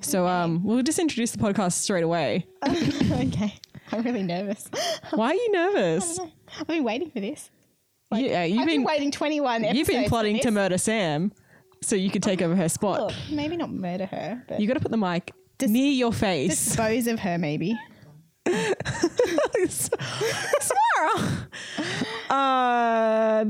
So um, we'll just introduce the podcast straight away. okay. I'm really nervous. Why are you nervous? I've been waiting for this. You- yeah, you've I've been, been, waiting 21 episodes. you've been for plotting to this. murder Sam, so you could take over her spot. Look, maybe not murder her, but You got to put the mic near your face. dispose of her, maybe. Samara. Uh,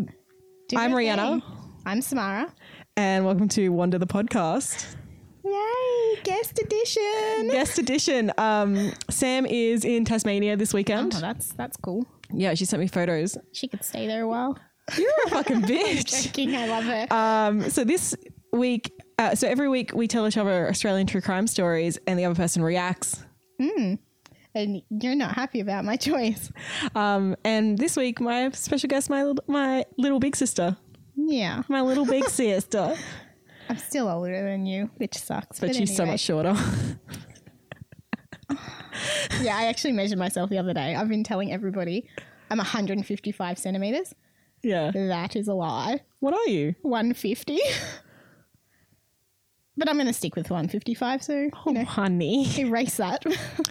Do I'm her Rihanna. thing. I'm Samara. and welcome to Wonder the podcast. Yay, guest edition. Guest edition. Um, Sam is in Tasmania this weekend. Oh, that's that's cool. Yeah, she sent me photos. She could stay there a while. You're a fucking bitch. King, I love her. Um, so this week, uh, so every week we tell each other Australian true crime stories, and the other person reacts. and you're not happy about my choice. Um, and this week, my special guest, my little, my little big sister, Yeah. my little big sister, I'm still older than you, which sucks. but, she's so anyway. much shorter. Yeah, I actually measured myself the other day. I've been telling everybody I'm 155 centimeters. yeah. That is a lie. What are you? 150. but I'm going to stick with 155, so Oh, you know, honey, erase that.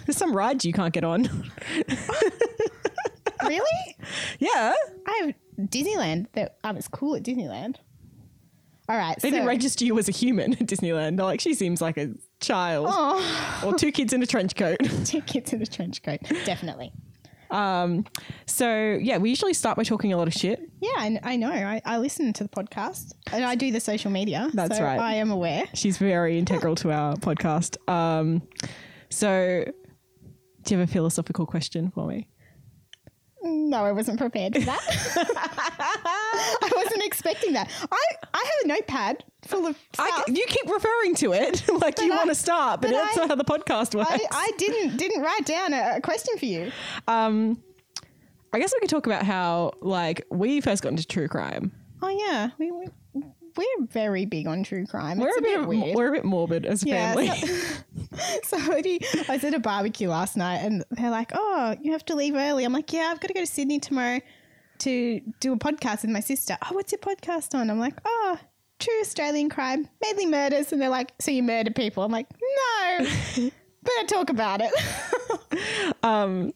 there's some rides you can't get on. really? yeah, I have Disneyland. That I was cool at Disneyland. All right. they so, didn't register you as a human at Disneyland. They're like, she seems like a child Oh, or two kids in a trench coat. two kids in a trench coat. Definitely. Um, so yeah, we usually start by talking a lot of shit. Yeah, I, I know. I, I listen to the podcast and I do the social media. That's so right. I am aware. She's very integral to our podcast. Um, so, do you have a philosophical question for me? No, I wasn't prepared for that. I wasn't expecting that. I, I have a notepad full of stuff. I, you keep referring to it like you I- want to start, but, but that's I- how the podcast works. I, I, I didn't didn't write down a, a question for you. Um, guess we could talk about how like we first got into true crime. Oh yeah, we, we we're very big on true crime. We're It's a bit, of- weird. we're a bit morbid as a Yeah, family. Somebody, I was at a barbecue last night, and they're like, "Oh, you have to leave early." I'm like, "Yeah, I've got to go to Sydney tomorrow to do a podcast with my sister." Oh, what's your podcast on? I'm like, "Oh, true Australian crime, mainly murders." And they're like, "So you murder people?" I'm like, "No, but I talk about it."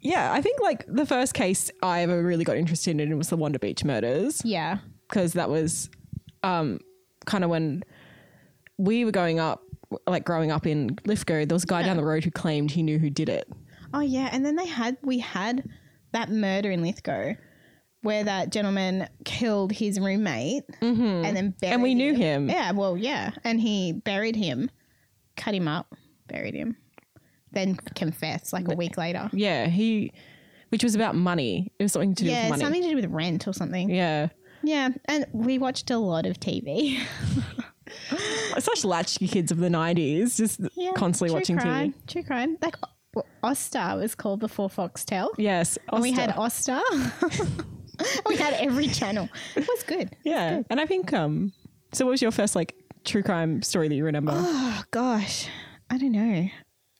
yeah, I think like the first case I ever really got interested in was the Wanda Beach murders. yeah, because that was um, kind of when we were going up, like growing up in Lithgow. There was a guy down the road who claimed he knew who did it. Oh yeah, and then they had we had that murder in Lithgow where that gentleman killed his roommate and then buried Mm-hmm. we knew him. Yeah, well, yeah, and he buried him, cut him up, buried him, then confessed like a week later. Yeah, he, which was about money. It was something to do with Yeah, money. something to do with rent or something. yeah, Yeah, and we watched a lot of TV. such latchkey kids of the nineties, just Yeah, constantly true watching crime, TV. True crime. Like O- Ostar was called before Foxtel. Yes, And we Oster. had Ostar. we had every channel. It was good. yeah, and I think um. So, what was your first like true crime story that you remember? Oh gosh, I don't know.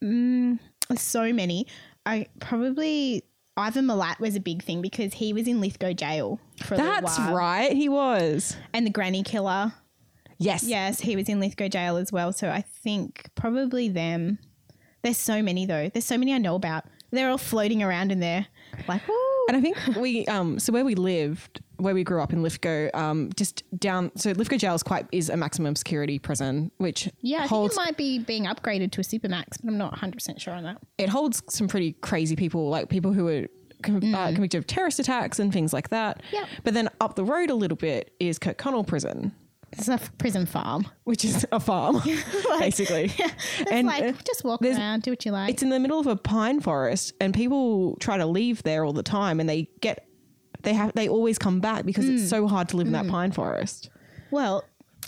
Mm, there's so many. I probably Ivan Milat was a big thing because he was in Lithgow jail for a little That's while. right, he was. And the Granny Killer, Yes. yes, he was in Lithgow jail as well. So I think probably them. There's so many though. There's so many I know about. They're all floating around in there, like ooh. And I think we, um, so where we lived, where we grew up in Lithgow, um, just down, so Lithgow Jail is quite, is a maximum security prison, which Yeah, I think holds, it might be being upgraded to a supermax, but I'm not 100 percent sure on that. it holds some pretty crazy people, like people who were com- uh, Mm. convicted of terrorist attacks and things like that. Yep. But then up the road a little bit is Kirkconnell Prison, It's a prison farm. which is a farm, basically. It's And, like uh, just walk there's- around, do what you like. it's in the middle of a pine forest and people try to leave there all the time and they get, they have, they always come back because Mm. it's so hard to live in that pine forest. Well,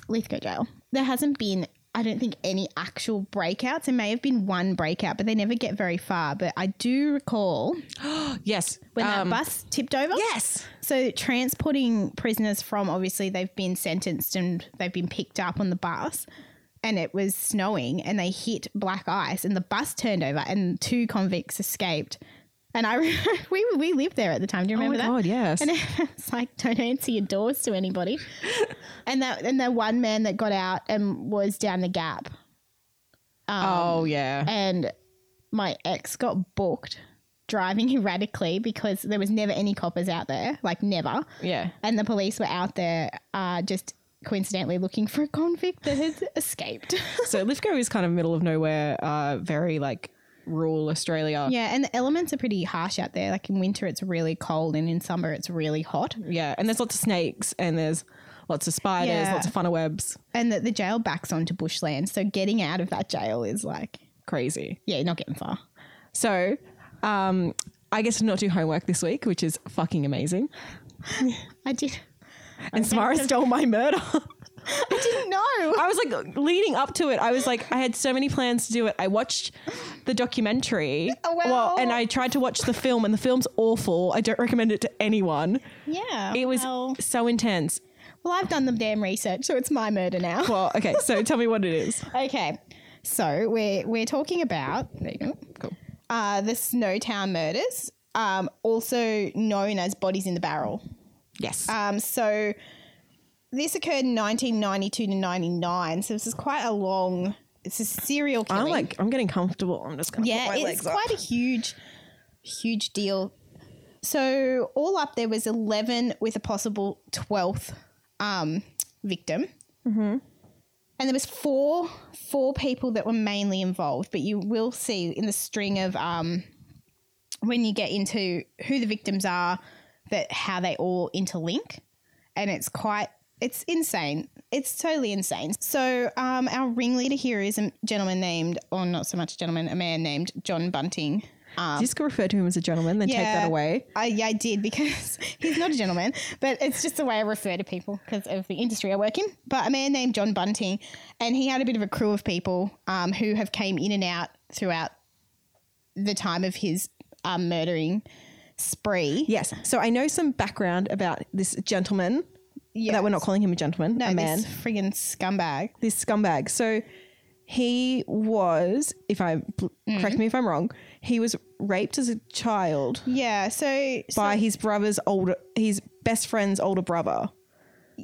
Lithgow Jail. There hasn't been, I don't think, any actual breakouts. There may have been one breakout, but they never get very far. But I do recall Yes. when that bus tipped over. Yes. So transporting prisoners from obviously they've been sentenced and they've been picked up on the bus. And it was snowing, and they hit black ice, and the bus turned over, and two convicts escaped. And I, we we lived there at the time. Do you remember that? God, yes. And it's like, don't answer your doors to anybody. and that and that one man that got out and was down the gap oh yeah. um, and my ex got booked driving erratically because there was never any coppers out there, like never. Yeah. And the police were out there uh, just coincidentally looking for a convict that had escaped. So Lithgow is kind of middle of nowhere, uh, very like rural Australia. yeah, and the elements are pretty harsh out there. Like in winter, it's really cold, and in summer, it's really hot. Yeah, and there's lots of snakes and there's lots of spiders, Yeah. lots of funnelwebs. And the, the jail backs onto bushland. So getting out of that jail is like, Crazy. yeah, you're not getting far. So, um, I get to not do homework this week, which is fucking amazing. I did. And Samara stole my murder. I didn't know. I was like leading up to it. I was like, I had so many plans to do it. I watched the documentary. Oh, Well, well. and I tried to watch the film, and the film's awful. I don't recommend it to anyone. Yeah. It was Well, so intense. well, I've done the damn research, so it's my murder now. Well, okay, so tell me what it is. Okay. So we're we're talking about there you go. Cool. Uh, the Snowtown murders, um, also known as bodies in the barrel. Yes. Um, so this occurred in 1992 to 99. So this is quite a long. It's a serial killing. I'm like, I'm getting comfortable. I'm just gonna yeah, put my it's legs up. quite a huge, huge deal. So all up, there was 11 with a possible 12th um, victim. Mm-hmm. And there was four four people that were mainly involved, but you will see in the string of um, when you get into who the victims are, that how they all interlink, and it's quite it's insane. It's totally insane. So um, our ringleader here is a gentleman named, or not so much a gentleman, a man named John Bunting. Um, Just refer to him as a gentleman, then take that Yeah. away. I, yeah, I did because he's not a gentleman, but it's just the way I refer to people because of the industry I work in. But a man named John Bunting, and he had a bit of a crew of people um, who have came in and out throughout the time of his um, murdering spree. Yes. So I know some background about this gentleman. Yeah, That we're not calling him a gentleman, no, a man. this friggin' scumbag. this scumbag. So he was, if I Mm-hmm. correct me if I'm wrong, he was raped as a child Yeah, so, so by his brother's older, his best friend's older brother.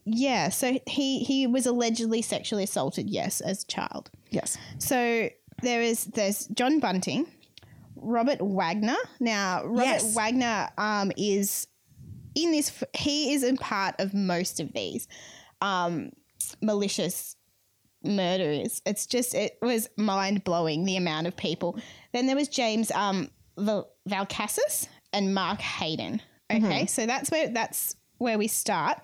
yeah, so he he was allegedly sexually assaulted. Yes, as a child. Yes. So there is there's John Bunting, Robert Wagner. Now Robert Yes. Wagner um, is in this. f- He is a part of most of these um, malicious murderers. It's just it was mind blowing the amount of people. Then there was James um, Val- Valcasis and Mark Hayden. Okay, so that's where that's where we start.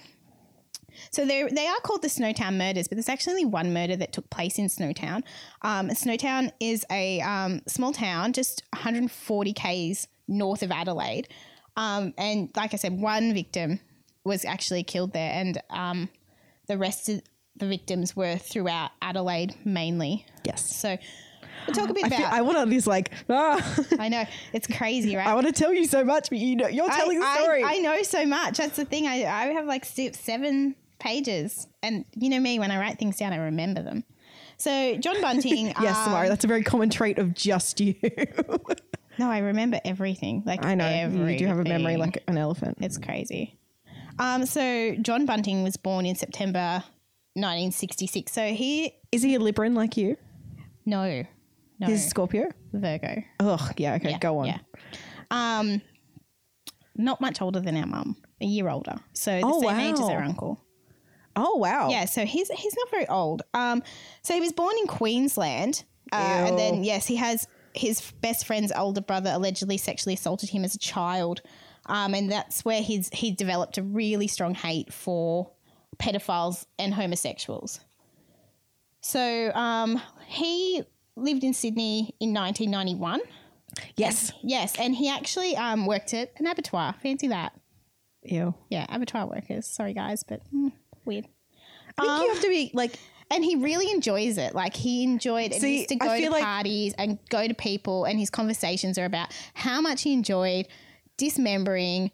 So they they are called the Snowtown murders, but there's actually only one murder that took place in Snowtown. Um, Snowtown is a um, small town just 140 k's north of Adelaide, um, and like I said, one victim was actually killed there, and um, the rest of the victims were throughout Adelaide mainly. Yes. So we'll talk a bit I, about. feel, I want to this like ah, I know it's crazy, right? I want to tell you so much, but you know you're I- telling the I, story. I, know so much. That's the thing. I, I have like se- seven pages. And you know me, when I write things down, I remember them. So, John Bunting. yes, um, Samara, that's a very common trait of just you. No, I remember everything. Like, I know you do have a memory everything. like an elephant. It's crazy. Um, so, John Bunting was born in September 1966. So, he. Is he a Libran like you? No. No. He's a Scorpio. Virgo. Oh yeah. Okay, Yeah, go on. yeah. Um, not much older than our mum, a year older. So, the Oh, same age as wow. our uncle. Oh wow. Yeah, so he's he's not very old. Um, so he was born in Queensland, uh, Ew. and then yes, he has his best friend's older brother allegedly sexually assaulted him as a child, um, and that's where he's he developed a really strong hate for pedophiles and homosexuals. So um, he lived in Sydney in 1991. Yes. Yes, and he actually um, worked at an abattoir. Fancy that. Ew. Yeah, abattoir workers. Sorry, guys, but mm, weird. I think you have to be like And he really enjoys it. Like he enjoyed and See, used to I go to feel like- parties and go to people and his conversations are about how much he enjoyed dismembering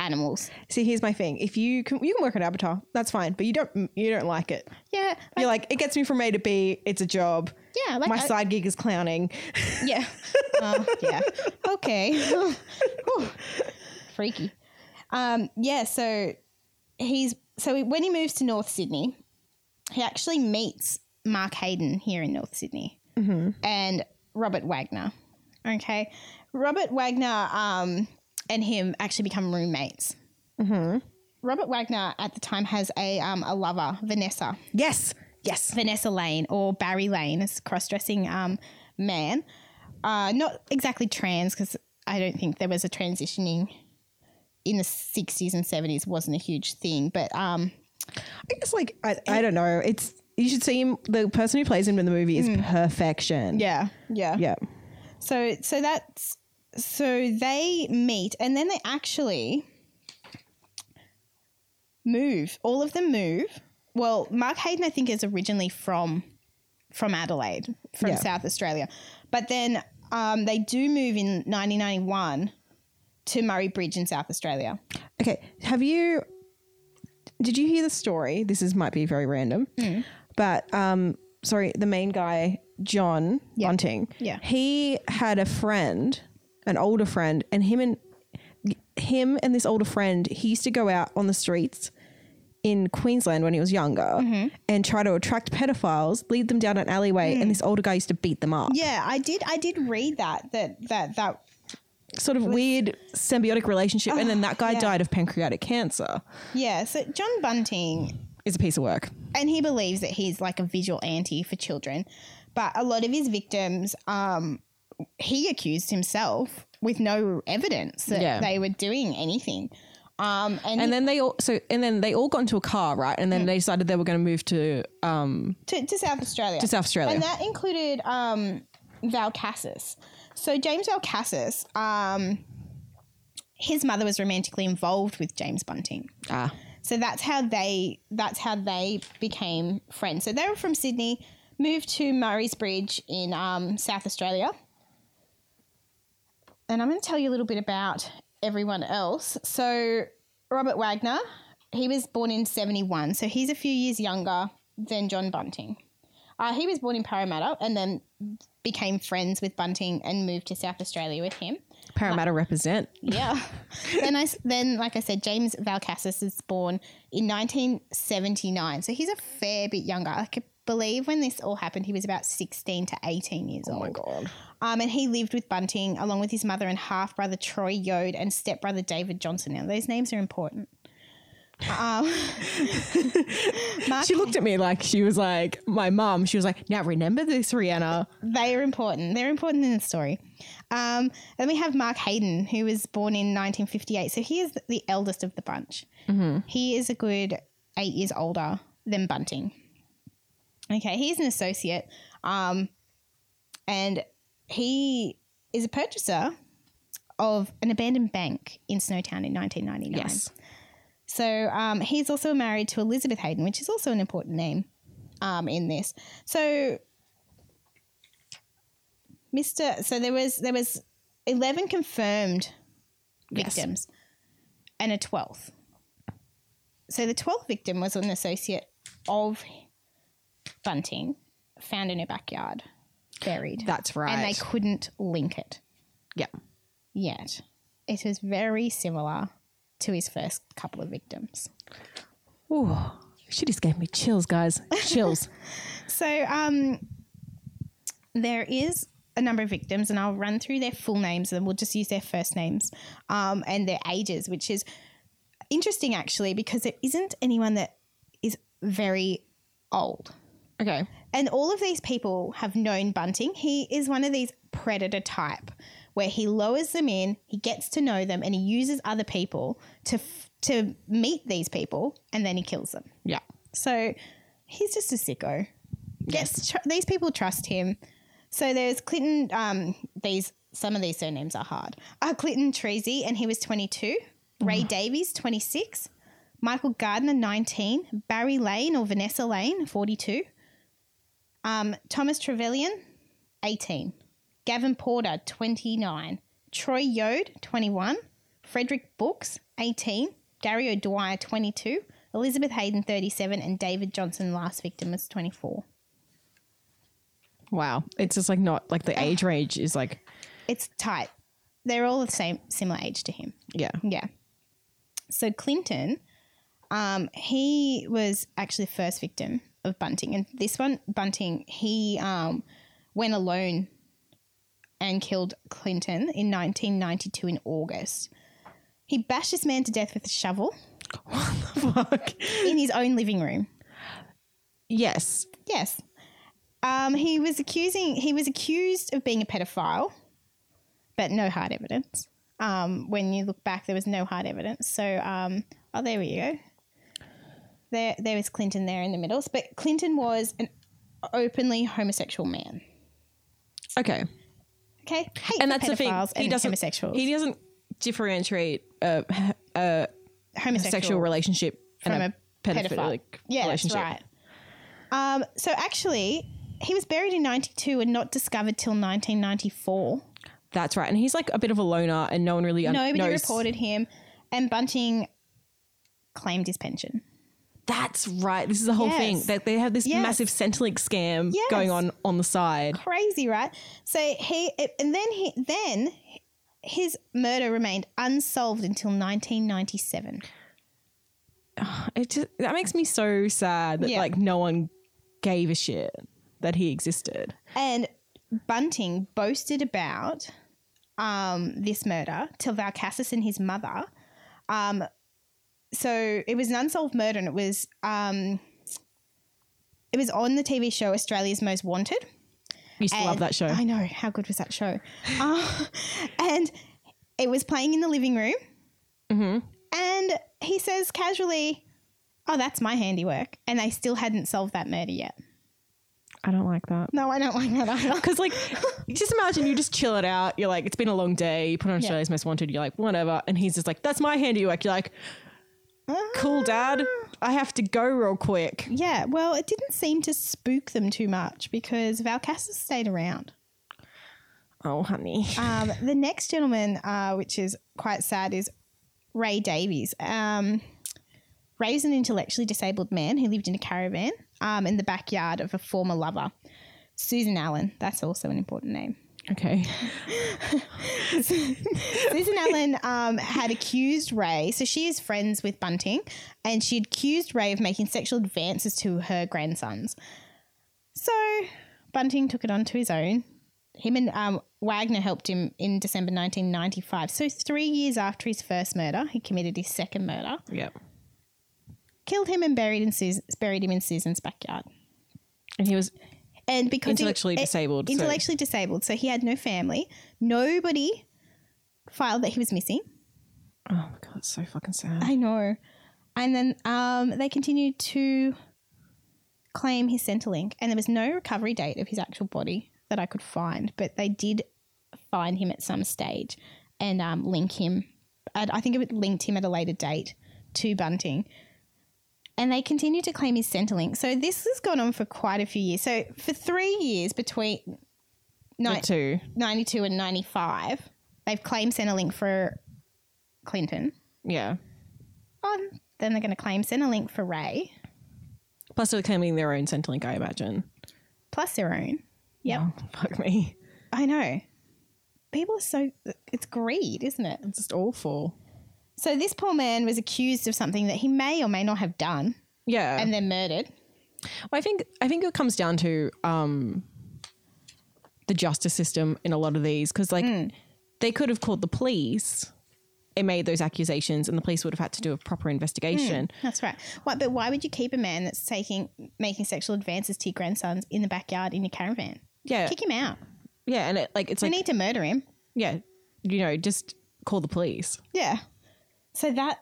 animals. See, here's my thing. If you can, you can work at Avatar. That's fine, but you don't, you don't like it. Yeah. Like, You're like, it gets me from A to B. It's a job. yeah, like my I- side gig is clowning. Yeah. Oh, yeah. Okay. Whew. Freaky. Um, yeah, so he's so when he moves to North Sydney, he actually meets Mark Hayden here in North Sydney. and Robert Wagner. Okay. Robert Wagner um, and him actually become roommates. Robert Wagner at the time has a, um, a lover, Vanessa. Yes. Yes. Vanessa Lane or Barry Lane, is cross dressing um, man. Uh, not exactly trans, because I don't think there was a transitioning in the 60s and 70s, wasn't a huge thing, but um, I guess like I, I don't know. It's you should see him. The person who plays him in the movie is perfection. Hmm. yeah, yeah. Yeah. So, so that's so they meet and then they actually move. All of them move. Well, Mark Hayden, I think, is originally from from Adelaide, from Yeah. South Australia, but then um, they do move in 1991 to Murray Bridge in South Australia. Okay. Have you? Did you hear the story? This is might be very random, Hmm. but um, sorry, the main guy John Bunting. Yeah. He had a friend, an older friend, and him and him and this older friend, he used to go out on the streets in Queensland when he was younger Mm-hmm. and try to attract pedophiles, lead them down an alleyway, Hmm. and this older guy used to beat them up. Yeah, I did. I did read that. That that that. sort of weird symbiotic relationship. and then that guy yeah. died of pancreatic cancer. Yeah. So John Bunting It's a piece of work. and he believes that he's like a visual anti for children. But a lot of his victims, um, he accused himself with no evidence that Yeah. they were doing anything. Um, and, And then they all so and then they all got into a car, right? And then they decided they were going to move to um to, to South Australia. to South Australia. And that included um, Valcassis. So James Valcassis, um, his mother was romantically involved with James Bunting. ah, So that's how they that's how they became friends. So they were from Sydney, moved to Murray's Bridge in um, South Australia. And I'm going to tell you a little bit about everyone else. So Robert Wagner, he was born in 71, so he's a few years younger than John Bunting. Uh, he was born in Parramatta and then became friends with Bunting and moved to South Australia with him. Parramatta represent. Yeah. then I s- then like I said, James Valcassis is born in 1979, so he's a fair bit younger. I could believe when this all happened, he was about 16 to 18 years old. god. Um, and he lived with Bunting along with his mother and half brother Troy Yode and stepbrother David Johnson. Now those names are important. Um, Mark, She looked at me like she was like my mum. She was like, "Now remember this, Rihanna." they are important. They're important in the story. Um, then we have Mark Hayden, who was born in 1958. So he is the eldest of the bunch. He is a good eight years older than Bunting. Okay, he's an associate, um, and he is a purchaser of an abandoned bank in Snowtown in 1999. Yes. So um, he's also married to Elizabeth Hayden, which is also an important name um, in this. So Mr. So there was there was eleven confirmed Yes. victims and a twelfth. So the twelfth victim was an associate of Bunting, found in her backyard, buried. That's right. And they couldn't link it yeah. yet. It was very similar to his first couple of victims. Ooh, she just gave me chills, guys. Chills. So um, there is a number of victims, and I'll run through their full names, and we'll just use their first names um, and their ages, which is interesting actually because there isn't anyone that is very old. okay. And all of these people have known Bunting. He is one of these predator type where he lowers them in, he gets to know them, and he uses other people to f- to meet these people, and then he kills them. Yeah. So he's just a sicko. Gets tr- these people trust him. So there's Clinton. Um, these some of these surnames are hard. Uh, Clinton Treasy, and he was 22. Ray Davies, 26. Michael Gardner, 19. Barry Lane or Vanessa Lane, 42. Um, Thomas Trevelyan, 18. Gavin Porter, 29. Troy Yode, 21. Frederick Books, 18. Dario Dwyer, 22. Elizabeth Hayden, 37. And David Johnson, last victim, was 24. Wow. It's just like not like the age range is like It's tight. They're all the same, similar age to him. yeah. Yeah. So Clinton, um, he was actually the first victim of Bunting, and this one, Bunting, he um, went alone and killed Clinton in 1992 in August. He bashed this man to death with a shovel Fuck. in his own living room. Yes. Yes. Um, he was accusing he was accused of being a pedophile, but no hard evidence. Um, when you look back, there was no hard evidence. So, um, oh, there we go. There, there was Clinton there in the middle, but Clinton was an openly homosexual man. Okay. Okay, Hate And for that's the thing. pedophiles He and doesn't. homosexuals. He doesn't differentiate a, h- a homosexual sexual relationship from and a, pedophilic Yeah, relationship. that's right. Um, so actually, he was buried in '92 and not discovered till 1994. That's right. And he's like a bit of a loner, and Um, no one really un- Nobody knows. reported him, and Bunting claimed his pension. That's right. This is the whole Yes. thing that they have this Yes. massive Centrelink scam Yes. going on on the side. Crazy, right? So he and then he then his murder remained unsolved until 1997. It just that makes me so sad that Yeah. like no one gave a shit that he existed. And Bunting boasted about um, this murder to Valcasis and his mother. Um, so it was an unsolved murder, and it was um, it was on the TV show Australia's Most Wanted. Used to love And- that show. I know. How good was that show? Uh, and it was playing in the living room. Mm-hmm. And he says casually, Oh, that's my handiwork. And they still hadn't solved that murder yet. I don't like that. No, I don't like that either. Because like, you just imagine you just chill it out. You're like, it's been a long day. You put on Australia's Most Wanted. You're like, whatever. And he's just like, that's my handiwork. You're like, cool, Ah. Dad. I have to go real quick. Yeah, well, it didn't seem to spook them too much because Valcassus stayed around. Oh, honey. Um, the next gentleman, uh, which is quite sad, is Ray Davies. Um, Ray's an intellectually disabled man who lived in a caravan um, in the backyard of a former lover, Susan Allen. That's also an important name. Okay. Susan Allen um, had accused Ray, so she is friends with Bunting, and she accused Ray of making sexual advances to her grandsons. So Bunting took it onto his own. Him and um, Wagner helped him in December 1995. So, three years after his first murder, he committed his second murder, Yep. killed him, and buried, in Sus- buried him in Susan's backyard. And he was And because he- Intellectually eh, disabled, so- intellectually disabled, so he had no family. Nobody filed that he was missing. Oh my god, it's so fucking sad. I know. And then um, they continued to claim his Centrelink, and there was no recovery date of his actual body that I could find, but they did find him at some stage and um, link him. I I think it would- linked him at a later date to Bunting. And they continued to claim his Centrelink. So this has gone on for quite a few years. So for three years between Me ni- too. 92 and 95, they've claimed Centrelink for Clinton Yeah. on. Then they're going to claim Centrelink for Ray Plus they're claiming their own Centrelink, I imagine. plus their own. Yep. Oh, fuck me. I know. People are so, it's greed, isn't it? It's just awful. So this poor man was accused of something that he may or may not have done Yeah. and then murdered. Well, I think I think it comes down to um, the justice system in a lot of these because like they could have called the police and made those accusations, and the police would have had to do a proper investigation. That's right. Why, but why would you keep a man that's taking, making sexual advances to your grandsons in the backyard in your caravan? Yeah, Kick him out. yeah, and it, like it's We like need to murder him. yeah, you know, just call the police. Yeah. So that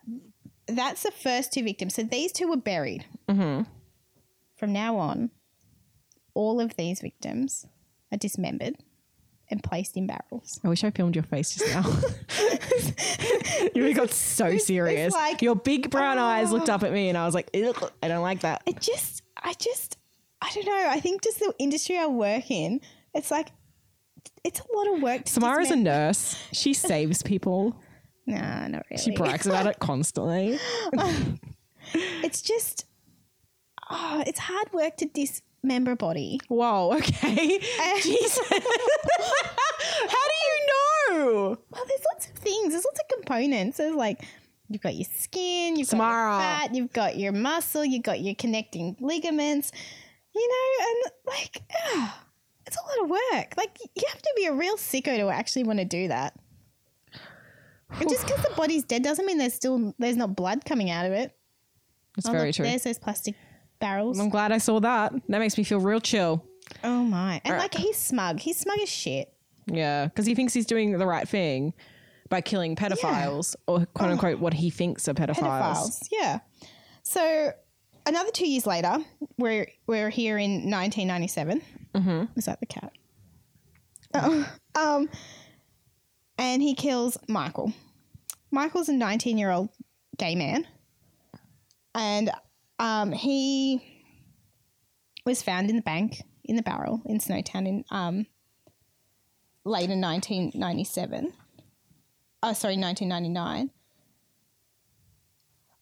that's the first two victims. So these two were buried. Mm-hmm. From now on, all of these victims are dismembered and placed in barrels. I wish I filmed your face just now. you got so serious. like- your big brown eyes looked up at me, and I was like, "Ugh, I don't like that. It just, I just, I don't know. I think just the industry I work in, it's like, it's a lot of work. To Samara's a dismember- nurse. She saves people. Nah, not really. She brags about it constantly. It's just, oh, it's hard work to dismember a body. Whoa, okay. Jesus. How do you know? Well, there's lots of things. There's lots of components. There's like you've got your skin, you've Samara. got your fat, you've got your muscle, you've got your connecting ligaments. You know, and like ah, it's a lot of work. Like you have to be a real sicko to actually want to do that. And just because the body's dead doesn't mean there's still there's not blood coming out of it. It's Oh, very look, true. There's those plastic barrels. I'm glad I saw that. That makes me feel real chill. Oh my! And Alright. like he's smug. He's smug as shit. Yeah, because he thinks he's doing the right thing by killing pedophiles, or quote unquote, what he thinks are pedophiles. Oh. Pedophiles. Yeah. So another two years later, we're we're here in 1997. Mm-hmm. Is that the cat? Oh. Um, and he kills Michael. Michael's a 19 year old gay man, and um, he was found in the bank in the barrel in Snowtown in um, late in 1997. Oh, sorry, 1999.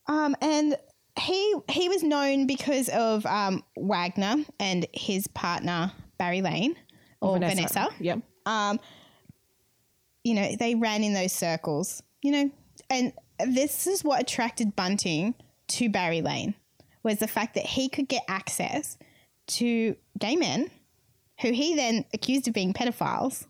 Um, and he he was known because of um, Wagner and his partner Barry Lane or Vanessa. Yep. Um, You know, they ran in those circles. You know, and this is what attracted Bunting to Barry Lane was the fact that he could get access to gay men who he then accused of being pedophiles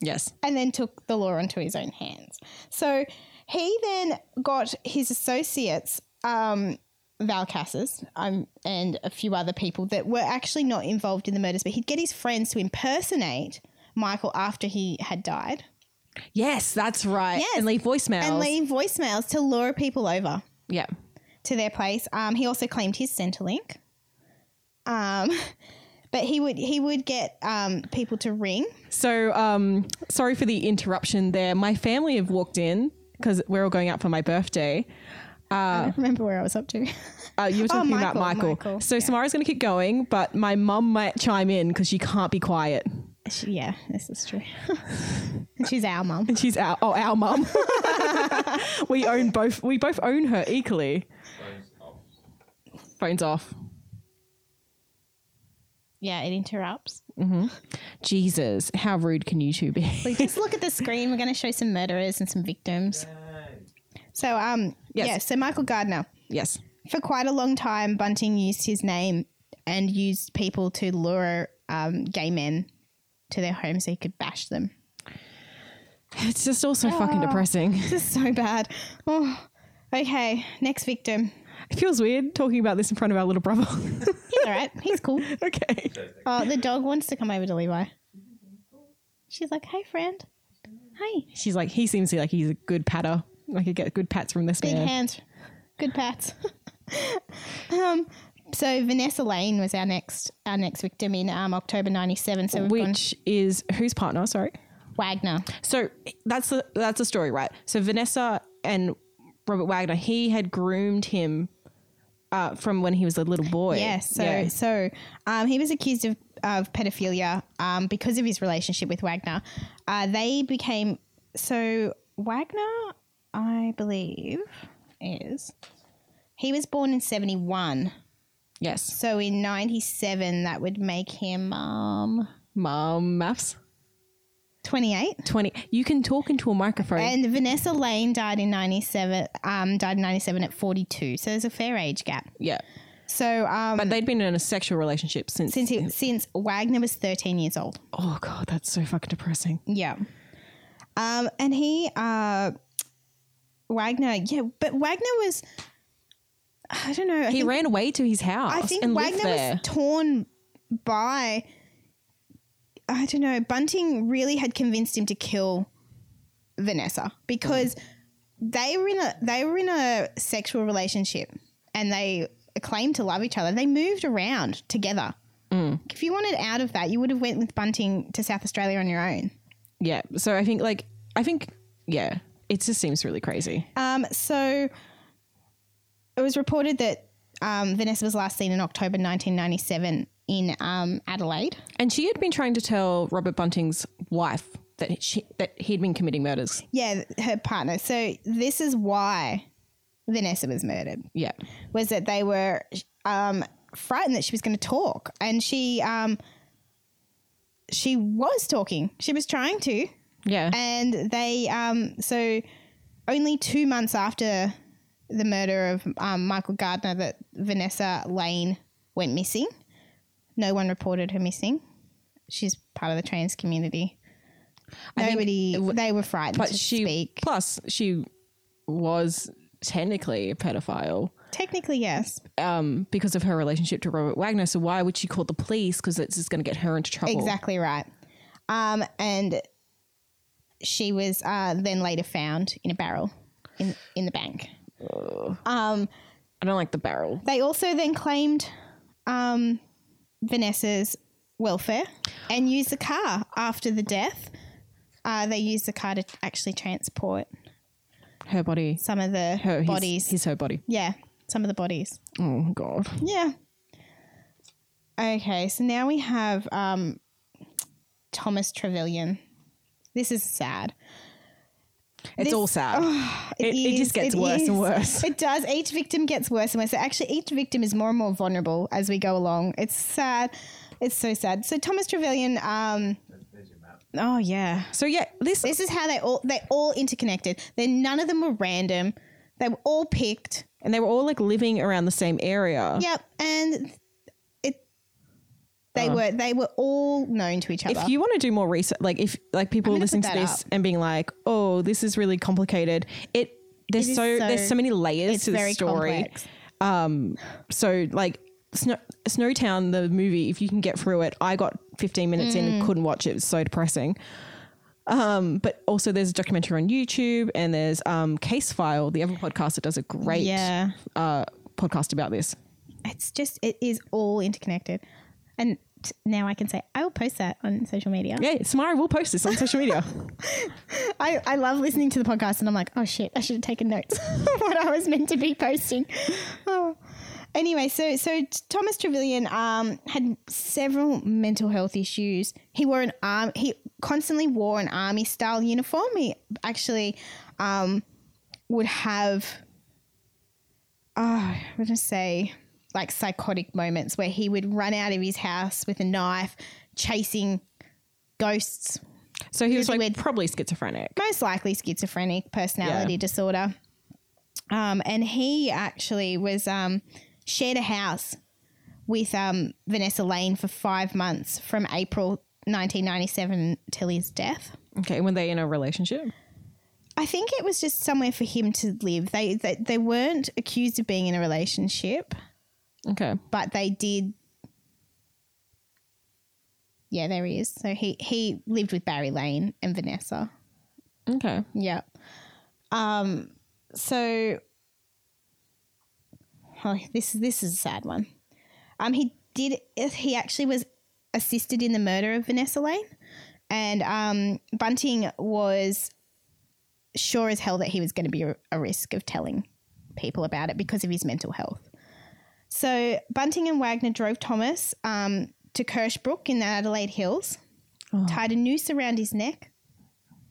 Yes. and then took the law into his own hands. So he then got his associates, um, Val Cassis, um, and a few other people that were actually not involved in the murders, but he'd get his friends to impersonate Michael after he had died Yes, that's right. Yes. And leave voicemails. and leave voicemails to lure people over yeah. to their place. Um, he also claimed his Centrelink. Um, but he would he would get um, people to ring. So, um, sorry for the interruption there. My family have walked in because we're all going out for my birthday. I don't remember where I was up to. Uh, you were talking about Oh, Michael, Michael. Michael, So Samara's going to keep going, but my mum might chime in because she can't be quiet. yeah, this is true. And She's our mum. And she's our oh our mum. we own both. We both own her equally. Phones off. Yeah, it interrupts. Jesus, how rude can you two be? Like, just look at the screen. We're going to show some murderers and some victims. So, um, Yes. yeah. So Michael Gardner, yes. for quite a long time, Bunting used his name and used people to lure um, gay men to their home so he could bash them. It's just also fucking depressing. This is so bad. Oh, okay. Next victim. It feels weird talking about this in front of our little brother. He's all right. He's cool. okay. Oh, the dog wants to come over to Levi. She's like, "Hey, friend. Hey, She's like, he seems like he's a good patter. I could get good pats from this Big man. hands. Good pats. um, so Vanessa Lane was our next our next victim in um, October '97. So we've gone Which is whose partner? Sorry. Wagner. So that's the that's the story, right? So Vanessa and Robert Wagner, he had groomed him uh, from when he was a little boy. Yes. So Yeah. so um, he was accused of, of pedophilia um, because of his relationship with Wagner. Uh, they became so Wagner, I believe, is he was born in '71. Yes. So in '97, that would make him um, Mum maths. 28. Twenty. You can talk into a microphone. And Vanessa Lane died in 97, um, died in 97 at 42. So there's a fair age gap. yeah. So um, But they'd been in a sexual relationship since. since, he, since Wagner was 13 years old. oh god, that's so fucking depressing. Yeah. Um, and he, uh, Wagner, yeah, but Wagner was, I don't know. I He think, ran away to his house. I think and lived Wagner there. was torn by, I don't know, Bunting really had convinced him to kill Vanessa because Mm. they were in a they were in a sexual relationship and they claimed to love each other. They moved around together. Mm. If you wanted out of that, you would have went with Bunting to South Australia on your own. yeah. So I think like I think yeah. It just seems really crazy. Um, so it was reported that um, Vanessa was last seen in October 1997 in um, Adelaide. And she had been trying to tell Robert Bunting's wife that she that he'd been committing murders. Yeah, her partner. So this is why Vanessa was murdered. Yeah. was that they were um, frightened that she was going to talk, and she um, she was talking. She was trying to, Yeah. and they um, so only two months after the murder of um, Michael Gardner, that Vanessa Lane went missing. No one reported her missing. she's part of the trans community. I think Nobody, they were frightened But to she speak. plus she was technically a pedophile Technically, yes, um, because of her relationship to Robert Wagner. So why would she call the police? Because it's just going to get her into trouble. exactly right. Um, and she was uh, then later found in a barrel in in the bank. Um, I don't like the barrel. They also then claimed um, Vanessa's welfare and used the car after the death. Uh, they used the car to actually transport Her body. some of the Her his- bodies. His, her body. yeah, some of the bodies. Oh God. Yeah. Okay, so now we have um, Thomas Trevelyan. This is sad. It's This- all sad. it, it is, just gets it worse is. and worse. It does. Each victim gets worse and worse. So actually, each victim is more and more vulnerable as we go along. It's sad. It's so sad. So Thomas Trevelyan. Um, oh yeah. So yeah, this This is how they all they all interconnected. Then none of them were random. They were all picked. and they were all like living around the same area. Yep. And it. They were they were all known to each other. Uh. If you want to do more research, like if like people gonna listening put to that this up. and being like, "Oh, this is really complicated," it there's It is so, so- there's so many layers it's to very the story. complex. So like Snow, Snowtown, the movie, if you can get through it, I got 15 minutes in Mm. and couldn't watch it. It was so depressing. Um, but also there's a documentary on YouTube and there's um, Case File, the other podcast that does a great Yeah. uh, podcast about this. It's just it is all interconnected. And t- now I can say I will post that on social media. Yeah, Samara will post this on social media. I, I love listening to the podcast and I'm like, oh shit, I should have taken notes of what I was meant to be posting. Oh. Anyway, so so Thomas Trevelyan um, had several mental health issues. He wore an arm. He constantly wore an army style uniform. He actually um, would have, oh, I'm gonna say, like psychotic moments where he would run out of his house with a knife, chasing ghosts So he was Really like weird. probably schizophrenic. most likely schizophrenic personality Yeah. disorder. Um, and he actually was um, shared a house with um, Vanessa Lane for five months from April 1997 till his death. Okay, when they in a relationship? I think it was just somewhere for him to live. They they, they weren't accused of being in a relationship, Okay. but they did. Yeah, there he is. So he he lived with Barry Lane and Vanessa. Okay. Yeah. Um. So. Oh, this this is a sad one. Um. He did. He actually was assisted in the murder of Vanessa Lane, and um, Bunting was sure as hell that he was going to be a, a risk of telling people about it because of his mental health. So Bunting and Wagner drove Thomas um, to Kirschbrook in the Adelaide Hills, tied a noose around his neck,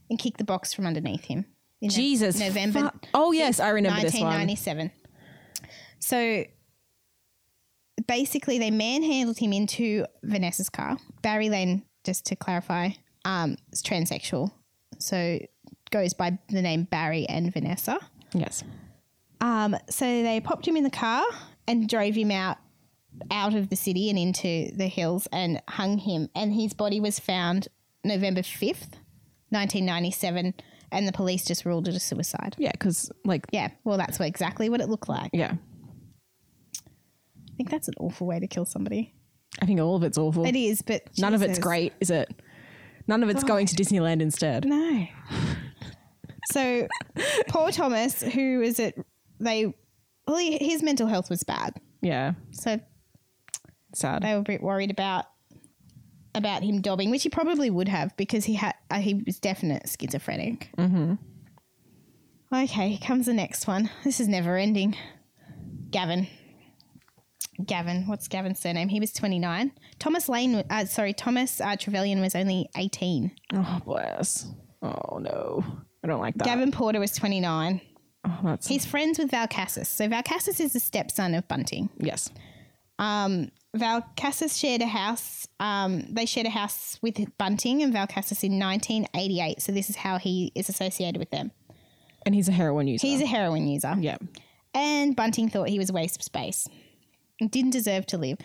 and kicked the box from underneath him. in Nov- Jesus. November fu- oh, yes, I remember this one. 1997. So basically, they manhandled him into Vanessa's car. Barry Lane, just to clarify, um, is transsexual, so goes by the name Barry and Vanessa. Yes. Um, so they popped him in the car and drove him out out of the city and into the hills and hung him. And his body was found November fifth, nineteen ninety seven, and the police just ruled it a suicide. Yeah, because like, Yeah, well, that's what, exactly what it looked like. yeah, I think that's an awful way to kill somebody. I think all of it's awful. It is, but None of it's Jesus. Oh. great, is it? None of it's going to Disneyland instead. No. so, poor Thomas, who is it? They, well, he, his mental health was bad, Yeah, so sad. they were a bit worried about about him dobbing, which he probably would have because he had uh, he was definite schizophrenic. Mm-hmm. Okay, here comes the next one. This is never ending. Gavin. Gavin, what's Gavin's surname? He was twenty nine. Thomas Lane, wa- uh, sorry, Thomas uh, Trevelyan was only eighteen. Oh, bless. Oh, no. I don't like that. Gavin Porter was twenty nine. oh, that's, He's friends with Valcassus. So Valcassus is the stepson of Bunting. yes. um, Valcassus shared a house. Um, they shared a house with Bunting and Valcassus in 1988. So this is how he is associated with them. And he's a heroin user. He's a heroin user, yeah. and Bunting thought he was a waste of space. Didn't deserve to live.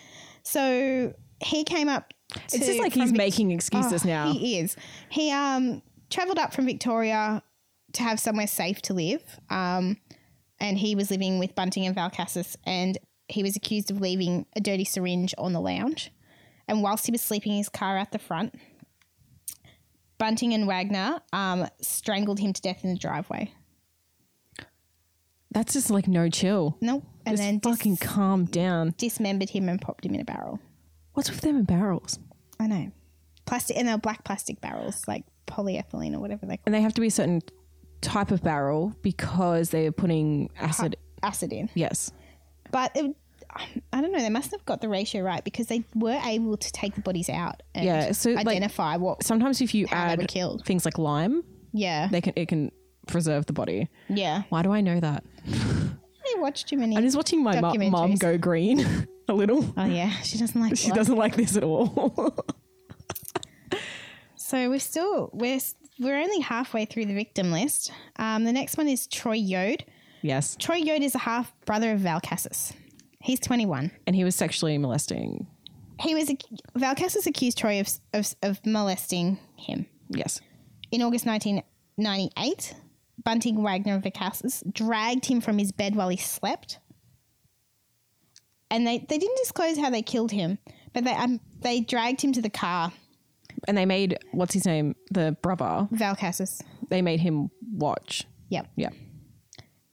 So he came up It's just to- like from he's Vic- making excuses Oh, now. He is. He um traveled up from Victoria to have somewhere safe to live. Um, and he was living with Bunting and Valcassis, and he was accused of leaving a dirty syringe on the lounge. And whilst he was sleeping in his car out the front, Bunting and Wagner um, strangled him to death in the driveway. That's just like no chill. No, just and then dis- fucking calm down. dismembered him and popped him in a barrel. What's with them in barrels? I know, plastic, and they were black plastic barrels, like polyethylene or whatever they call And they have to be a certain type of barrel because they're putting acid. acid in. Yes. But it, I don't know. They must have got the ratio right because they were able to take the bodies out and Yeah, so, like- identify what. Sometimes if you How they were add killed. things like lime, Yeah, they can it can preserve the body. yeah. Why do I know that? I watched too many. I'm just watching my mu- mom Documentaries. go green a little. oh yeah, she doesn't like. She blood. doesn't like this at all. So we're still we're s- we're only halfway through the victim list. Um, the next one is Troy Yode. yes. Troy Yode is a half brother of Valcassus. He's 21. And he was sexually molesting. He was ac- Valcassus accused Troy of, s- of s- of molesting him. Yes. In August 1998, Bunting Wagner of Vicassis dragged him from his bed while he slept. And they, they didn't disclose how they killed him, but they, um, they dragged him to the car, And they made what's his name? The brother. Valcassis. They made him watch. Yep. Yeah.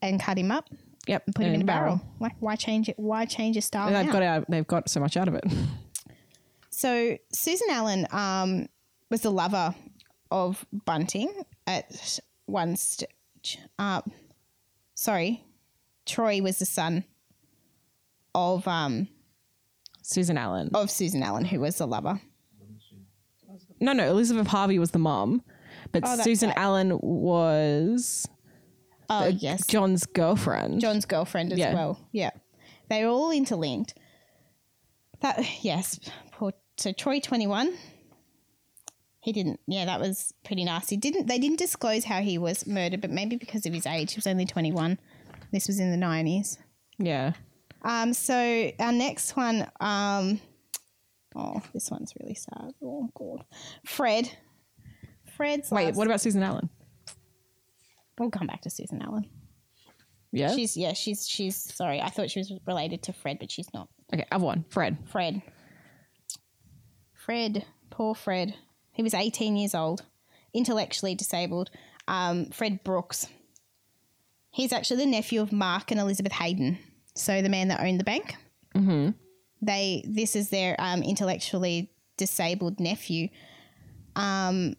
And cut him up, Yep. put him in a barrel. Oh, Like, why change it? Why change your style? And they've now? got out, they've got so much out of it. So Susan Allen um, was the lover of Bunting at one stage. Uh, sorry, Troy was the son of um, Susan Allen. of Susan Allen, who was the lover. No, no, Elizabeth Harvey was the mum, but Oh, that's Susan right. Allen was Oh yes, John's girlfriend. John's girlfriend as Yeah. well. Yeah, they're all interlinked. That yes, poor. So Troy twenty one. He didn't. Yeah, that was pretty nasty. Didn't they didn't disclose how he was murdered, but maybe because of his age, he was only twenty one. This was in the nineties. Yeah. Um, so our next one, um, oh, this one's really sad. Oh God, Fred. Fred's. Wait, last- what about Susan Allen? We'll come back to Susan Allen. Yeah. She's yeah, she's she's sorry. I thought she was related to Fred, but she's not. okay, other one. Fred. Fred. Fred, poor Fred. He was 18 years old, intellectually disabled. Um, Fred Brooks. He's actually the nephew of Mark and Elizabeth Hayden, so the man that owned the bank. Mm-hmm. They this is their um, intellectually disabled nephew. Um,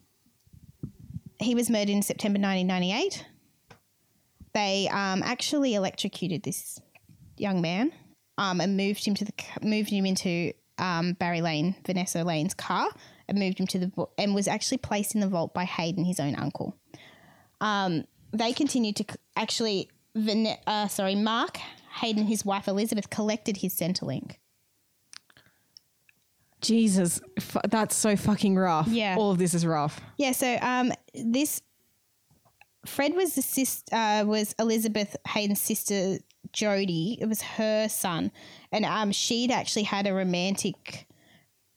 he was murdered in September 1998. They um, actually electrocuted this young man um, and moved him to the c- moved him into um, Barry Lane, Vanessa Lane's car, and moved him to the vo- and was actually placed in the vault by Hayden, his own uncle. Um, they continued to c- actually. Van- uh, sorry, Mark Hayden, and his wife Elizabeth, collected his Centrelink. Jesus, f- that's so fucking rough. Yeah. All of this is rough. Yeah, so um, this Fred was the sis, uh, was Elizabeth Hayden's sister Jody. It was her son, and um, she'd actually had a romantic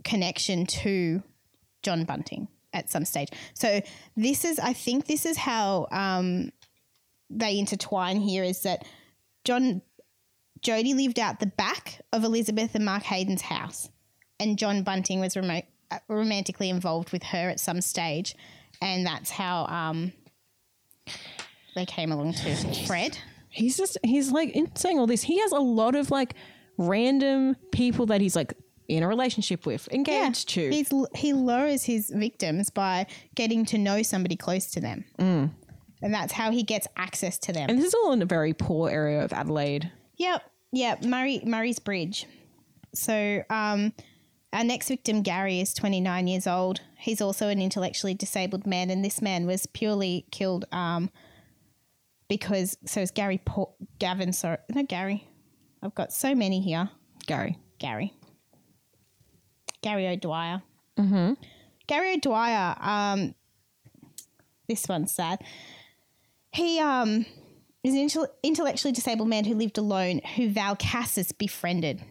connection to John Bunting at some stage. So this is, I think, this is how um, they intertwine here is that John Jody lived out the back of Elizabeth and Mark Hayden's house, and John Bunting was remote, uh, romantically involved with her at some stage, and that's how um, they came along to Fred. He's just he's like in saying all this. He has a lot of like random people that he's like in a relationship with, engaged to. He's, he lowers his victims by getting to know somebody close to them, and that's how he gets access to them. and this is all in a very poor area of Adelaide. Yep. Yep. Murray Murray's Bridge. So um, our next victim, Gary, is 29 years old. He's also an intellectually disabled man, and this man was purely killed um, because so is Gary Paul, Gavin. Sorry, no Gary. I've got so many here. Gary. Gary. Gary O'Dwyer. Mm-hmm. Gary O'Dwyer. Um, this one's sad. He um, is an intel- intellectually disabled man who lived alone, who Val Cassis befriended.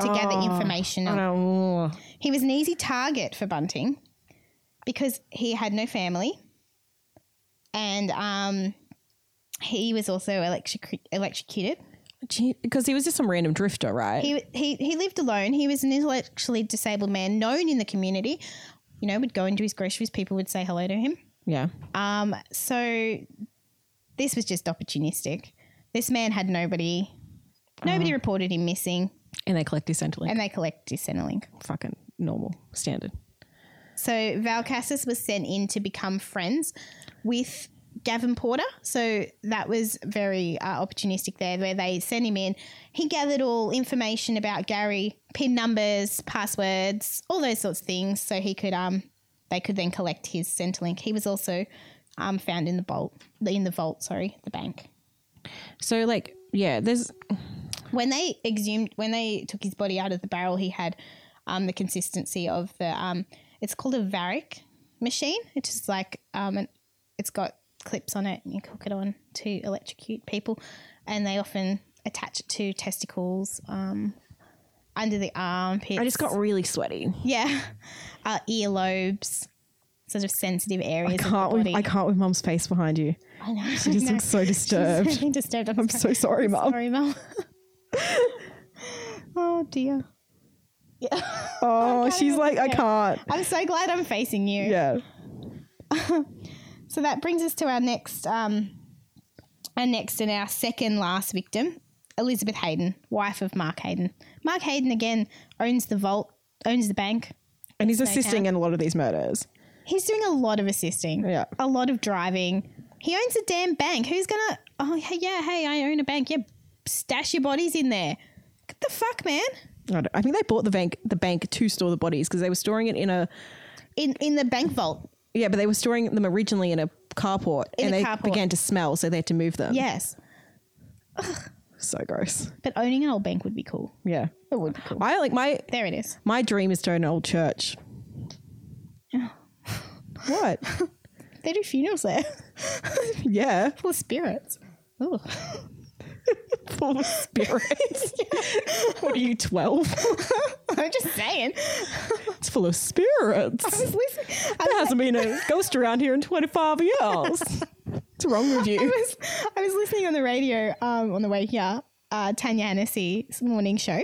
to gather information. on. Oh, He was an easy target for Bunting because he had no family, and um, he was also electrocu- electrocuted. because he was just some random drifter, right? He, he he lived alone. He was an intellectually disabled man known in the community. You know, would go into his groceries. People would say hello to him. yeah. Um, so this was just opportunistic. This man had nobody. Nobody reported him missing, And they collect his Centrelink. and they collect his Centrelink. Fucking normal standard. So Valcassis was sent in to become friends with Gavin Porter. So that was very uh, opportunistic there, where they sent him in. He gathered all information about Gary, pin numbers, passwords, all those sorts of things, so he could um they could then collect his Centrelink. He was also um found in the vault, in the vault, sorry, the bank. So like, yeah, there's When they exhumed, when they took his body out of the barrel, he had um, the consistency of the. Um, it's called a varic machine. It's just like um, an, it's got clips on it, and you hook it on to electrocute people, and they often attach it to testicles, um, under the armpits. I just got really sweaty. yeah, uh, earlobes, sort of sensitive areas I of the can't body. with, I can't with mum's face behind you. I know. She just I know. looks so disturbed. She's really disturbed. I'm, so sorry, Mum. Sorry, mum. oh dear. Oh, she's like, I can't. I'm so glad I'm facing you. Yeah. So that brings us to our next, um, our next and our second last victim, Elizabeth Hayden, wife of Mark Hayden. Mark Hayden again owns the vault, owns the bank. And he's no assisting doubt. in a lot of these murders. He's doing a lot of assisting. Yeah. A lot of driving. He owns a damn bank. Who's gonna? Oh hey, yeah, hey, I own a bank. Yeah, stash your bodies in there. What the fuck, man? I, don't- I think they bought the bank the bank to store the bodies because they were storing it in a In in the bank vault. yeah, but they were storing them originally in a carport In and a they carport. began to smell, so they had to move them. Yes, so gross. but owning an old bank would be cool. Yeah, It would be cool. I like my There it is. my dream is to own an old church. what? They do funerals there. Yeah, Full of spirits. Ooh. full of spirits. what are you twelve? I'm just saying. It's full of spirits. I was listening. I There was, hasn't been a ghost around here in twenty five years. What's wrong with you? I was, I was listening on the radio um, on the way here, uh, Tanya Annecy's morning show,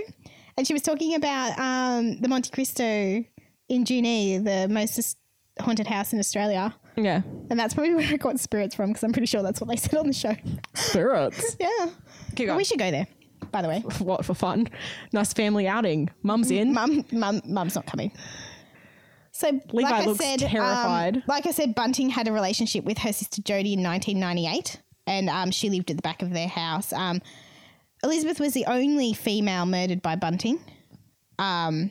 and she was talking about um, the Monte Cristo in Junee, the most his- haunted house in Australia. Yeah, And that's probably where I got spirits from because I'm pretty sure that's what they said on the show. spirits. Yeah. Keep But going. we should go there, by the way. what for fun? Nice family outing. Mum's in. Mum, mum, mum's not coming. So, Levi like looks I said, um, terrified. like I said, Bunting had a relationship with her sister Jodie in 1998, and um, she lived at the back of their house. Um, Elizabeth was the only female murdered by Bunting, um,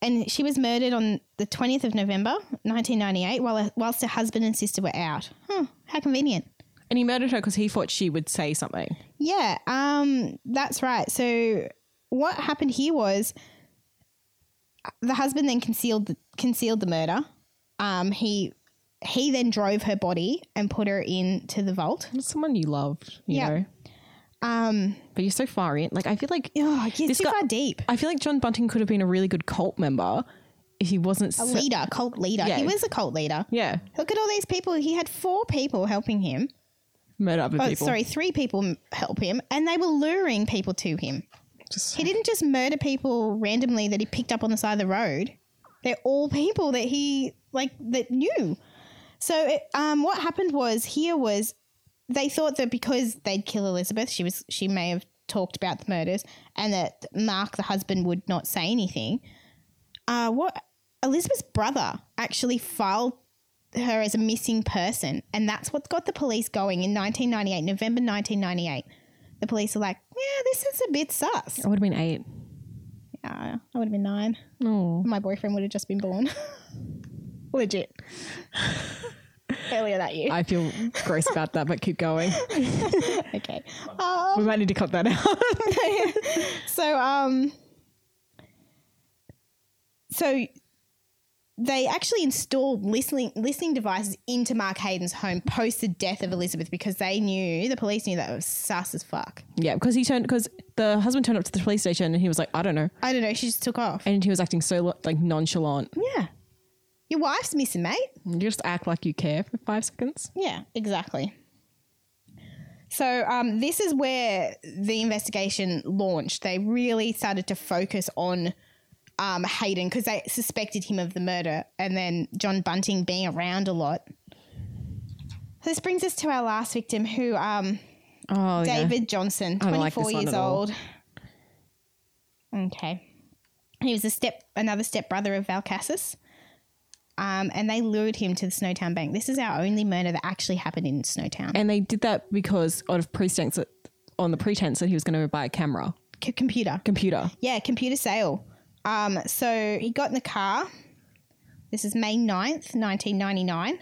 and she was murdered on the 20th of November 1998, while whilst her husband and sister were out. Huh, how convenient. And he murdered her because he thought she would say something. Yeah, um, that's right. So what happened here was uh, the husband then concealed the, concealed the murder. Um, he he then drove her body and put her into the vault. Someone you loved, you Yeah. know. Um, But you're so far in. Like I feel like oh, it's This too guy- far deep. I feel like John Bunting could have been a really good cult member if he wasn't. A so- leader, cult leader. Yeah. He was a cult leader. yeah, Look at all these people. He had four people helping him. murder other Oh, people. sorry, three people m- help him, and they were luring people to him. Just- he didn't just murder people randomly that he picked up on the side of the road. They're all people that he like that knew. So it, um, what happened was here was they thought that because they'd kill Elizabeth, she was she may have talked about the murders, and that Mark the husband would not say anything. Uh, what Elizabeth's brother actually filed her as a missing person, and that's what got the police going in 1998, November 1998. The police are like, yeah, this is a bit sus. I would have been eight. Yeah, I would have been nine. Oh, My boyfriend would have just been born. Legit. Earlier that year. I feel gross about that, but keep going. okay. Um, We might need to cut that out. so um so they actually installed listening listening devices into Mark Hayden's home post the death of Elizabeth because they knew the police knew that it was sus as fuck. yeah, because he turned because the husband turned up to the police station and he was like, I don't know. I don't know. She just took off. And he was acting so like nonchalant. Yeah. Your wife's missing, mate. You just act like you care for five seconds. Yeah, exactly. So um, this is where the investigation launched. They really started to focus on um, Hayden because they suspected him of the murder, and then John Bunting being around a lot. This brings us to our last victim, who um, Oh, David Johnson, I don't like 24 this one years at all. old. Okay. He was a step another stepbrother of Valcassus. Um, and they lured him to the Snowtown Bank. This is our only murder that actually happened in Snowtown. And they did that because out of pretense that, on the pretense that he was going to buy a camera, C- computer. computer. Yeah, computer sale. Um, so he got in the car. This is May 9th, 1999.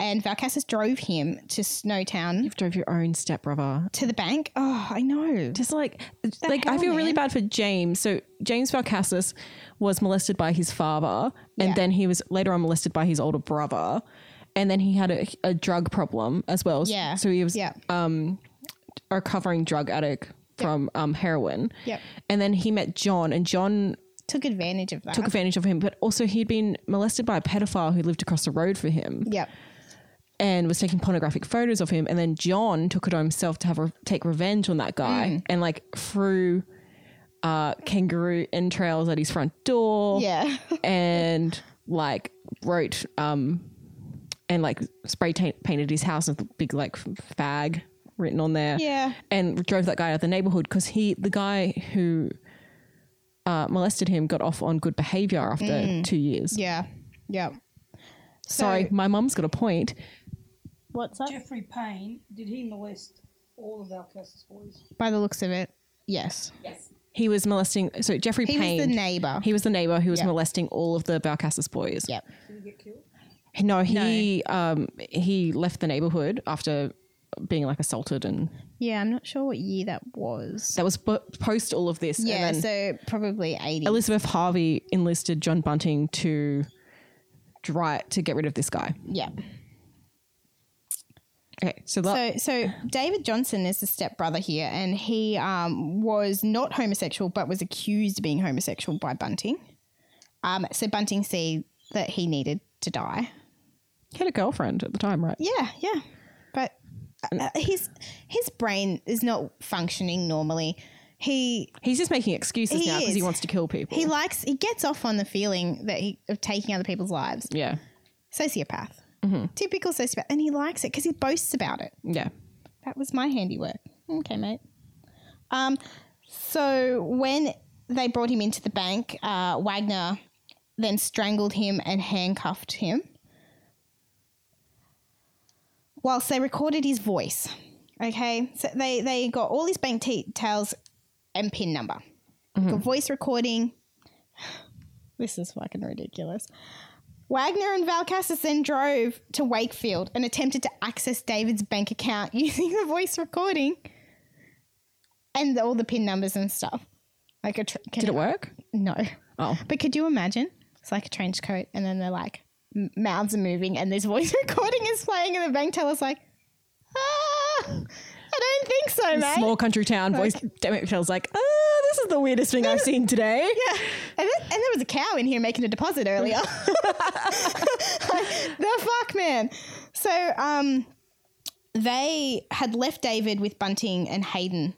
And Valcassus drove him to Snowtown You've drove your own stepbrother. to the bank. Oh, I know. Just like, like I hell, feel really man? bad for James. So James Valcassis was molested by his father, and Yeah. then he was later on molested by his older brother, and then he had a, a drug problem as well. Yeah. So he was um, Yeah. a recovering drug addict from um, heroin. Yep. And then he met John, and John took advantage of that. took advantage of him, but also he'd been molested by a pedophile who lived across the road from him. yep. and was taking pornographic photos of him. And then John took it on himself to have re- take revenge on that guy Mm. and like threw uh, kangaroo entrails at his front door. Yeah. and like wrote um and like spray taint painted his house with a big like fag written on there. Yeah. and drove that guy out of the neighborhood because he the guy who. Uh, molested him, got off on good behavior after two years. Mm. Yeah. Yeah. Sorry, So- my mum's got a point. What's up? Jeffrey Payne, did he molest all of Alcaster's boys? By the looks of it, yes. Yes. He was molesting. So Jeffrey He Payne. was the neighbor. He was the neighbor who was Yeah. molesting all of the Balcasas boys. yep. Did he get killed? No, he um he left the neighborhood after being like assaulted and Yeah, I'm not sure what year that was. that was bu- post all of this. yeah, and then so probably 80. Elizabeth Harvey enlisted John Bunting to dry to get rid of this guy. yeah. Okay, so that So, so David Johnson is the stepbrother here, and he um, was not homosexual, but was accused of being homosexual by Bunting. Um, so Bunting see that he needed to die. he had a girlfriend at the time, right? Yeah, yeah, but uh, his his brain is not functioning normally. He He's just making excuses He now because he is. wants to kill people. he likes he gets off on the feeling that he of taking other people's lives. yeah, sociopath. Typical sociopath. And he likes it because he boasts about it. yeah. That was my handiwork. Okay, mate. Um, so when they brought him into the bank, uh, Wagner then strangled him and handcuffed him whilst they recorded his voice. Okay, so they, they got all his bank details and PIN number. Mm-hmm. Like a voice recording. This is fucking ridiculous. Wagner and Valcassis then drove to Wakefield and attempted to access David's bank account using the voice recording and all the PIN numbers and stuff. Like a tr- Did it work? No. Oh, But could you imagine? It's like a trench coat, and then they're like, m- mouths are moving, and this voice recording is playing, and the bank teller's like, ah, I don't think so, mate. small country town voice. Damn it, Michelle's like, oh, this is the weirdest thing I've seen today. Yeah. And, th- and there was a cow in here making a deposit earlier. the fuck, man. So, um, they had left David with Bunting and Hayden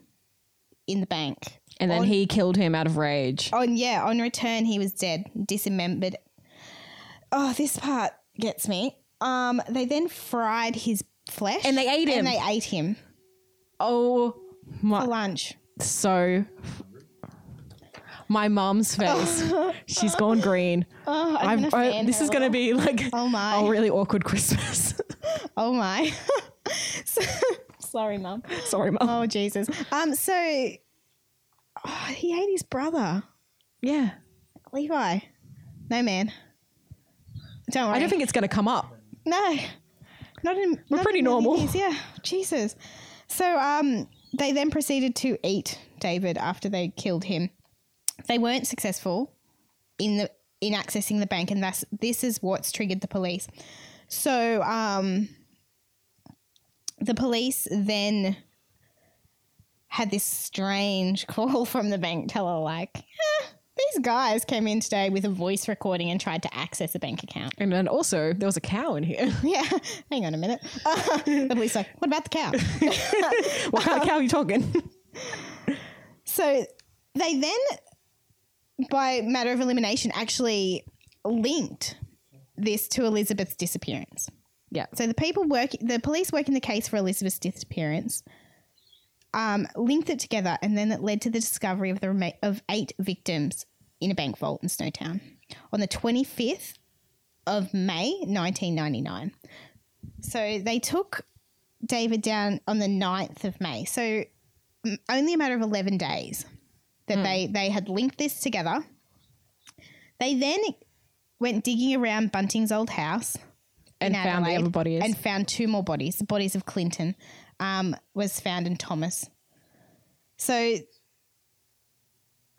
in the bank. And then he killed him out of rage. On Oh, yeah, on return he was dead, dismembered. Oh, this part gets me. Um, they then fried his flesh And they ate him. And they ate him Oh for my! lunch. So my mom's face, she's gone green. Oh, I'm, I'm, gonna I- fan this her is a going to little. be like Oh my. a really awkward Christmas. oh my. So- sorry, mum. Sorry, mom. Oh Jesus. Um. So oh, he ate his brother yeah, Levi. No man. Don't worry. I don't think it's going to come up. No, not in. We're not pretty in many normal. years, yeah, Jesus. So um, they then proceeded to eat David after they killed him. They weren't successful in the in accessing the bank, and that's this is what's triggered the police. So um, the police then had this strange call from the bank teller like, "Eh, these guys came in today with a voice recording and tried to access a bank account. And then also, there was a cow in here. Yeah, hang on a minute. the police like, what about the cow? what kind of cow are you talking? So they then, by matter of elimination, actually linked this to Elizabeth's disappearance. yeah. So the people work, the police working the case for Elizabeth's disappearance, um, linked it together, and then it led to the discovery of the rema- of eight victims in a bank vault in Snowtown on the twenty fifth of May, nineteen ninety nine. So they took David down on the 9th of May. So mm, only a matter of eleven days that they they had linked this together. They then went digging around Bunting's old house And in found the Adelaide other bodies. and found two more bodies. The bodies of Clinton um, was found in Thomas. So they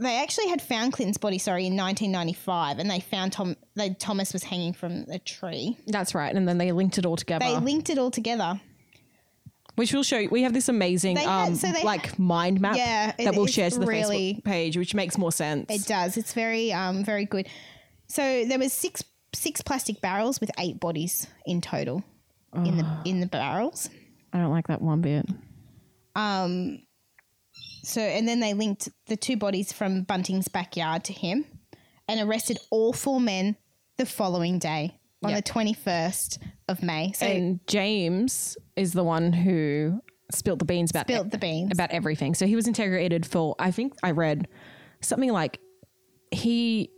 actually had found Clinton's body, sorry, in 1995, and they found Tom. They, Thomas was hanging from a tree. That's right. And then they linked it all together. They linked it all together. which will show you. We have this amazing They had- um, so they like mind map Yeah, it- that we'll it's share to the really- Facebook page, which makes more sense. It does. It's very, um, very good. So there was six six plastic barrels with eight bodies in total in Ah. the in the barrels. I don't like that one bit. So, and then they linked the two bodies from Bunting's backyard to him and arrested all four men the following day on Yeah. the 21st of May. So, And James is the one who spilled the beans about e- built the beans. about everything. So he was interrogated for I think I read something like he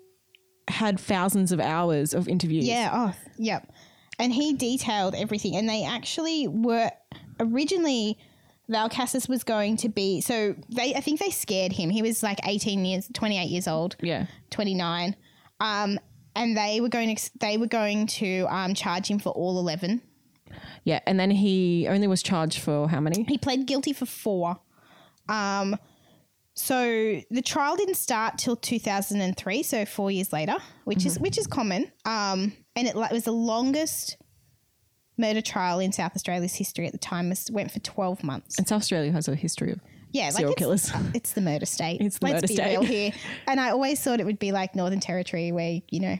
had thousands of hours of interviews. Yeah. Oh, yep. And he detailed everything. And they actually were originally Valcassis was going to be so they I think they scared him. He was like 18 years 28 years old. Yeah. 29. Um and they were going to they were going to um, charge him for all 11. Yeah, and then he only was charged for how many? He pled guilty for four. Um, so the trial didn't start till 2003, so four years later, which is Mm-hmm. which is common. Um, and it, li- was the longest murder trial in South Australia's history at the time. It went for 12 months. And South Australia has a history of Yeah, serial it's, killers. It's the murder state. It's the Let's murder be state. real here. And I always thought it would be like Northern Territory, where you know,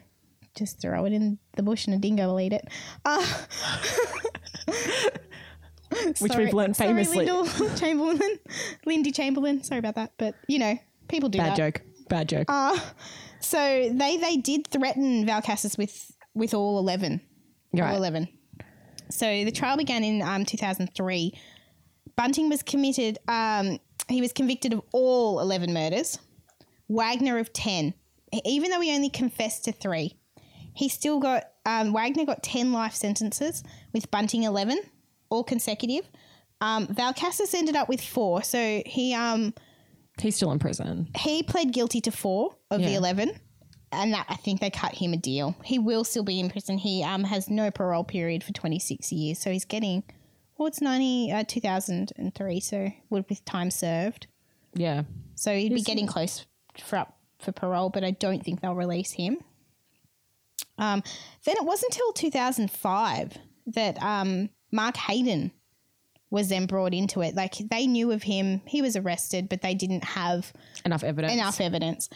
just throw it in the bush and a dingo will eat it. which we've learned famously. Sorry, Lyndall Chamberlain, Lindy Chamberlain. Sorry about that, but you know, people do Bad that. Oh, joke. Bad joke. So they they did threaten Valcassis with with all eleven, You're all right. eleven. So the trial began in um, two thousand three. Bunting was committed. Um, he was convicted of all eleven murders. Wagner of ten. E, Even though he only confessed to three, he still got um, Wagner got ten life sentences with Bunting eleven, all consecutive. Um, Valcassis ended up with four. So he um, He's still in prison. he pled guilty to four of the Yeah. 11 and that i think they cut him a deal he will still be in prison he um, has no parole period for 26 years so he's getting well it's 90 uh, 2003 so would with time served Yeah. so he'd be getting close for up for parole but i don't think they'll release him um, then it wasn't until 2005 that um, mark hayden was then brought into it like they knew of him he was arrested but they didn't have Enough evidence. enough evidence.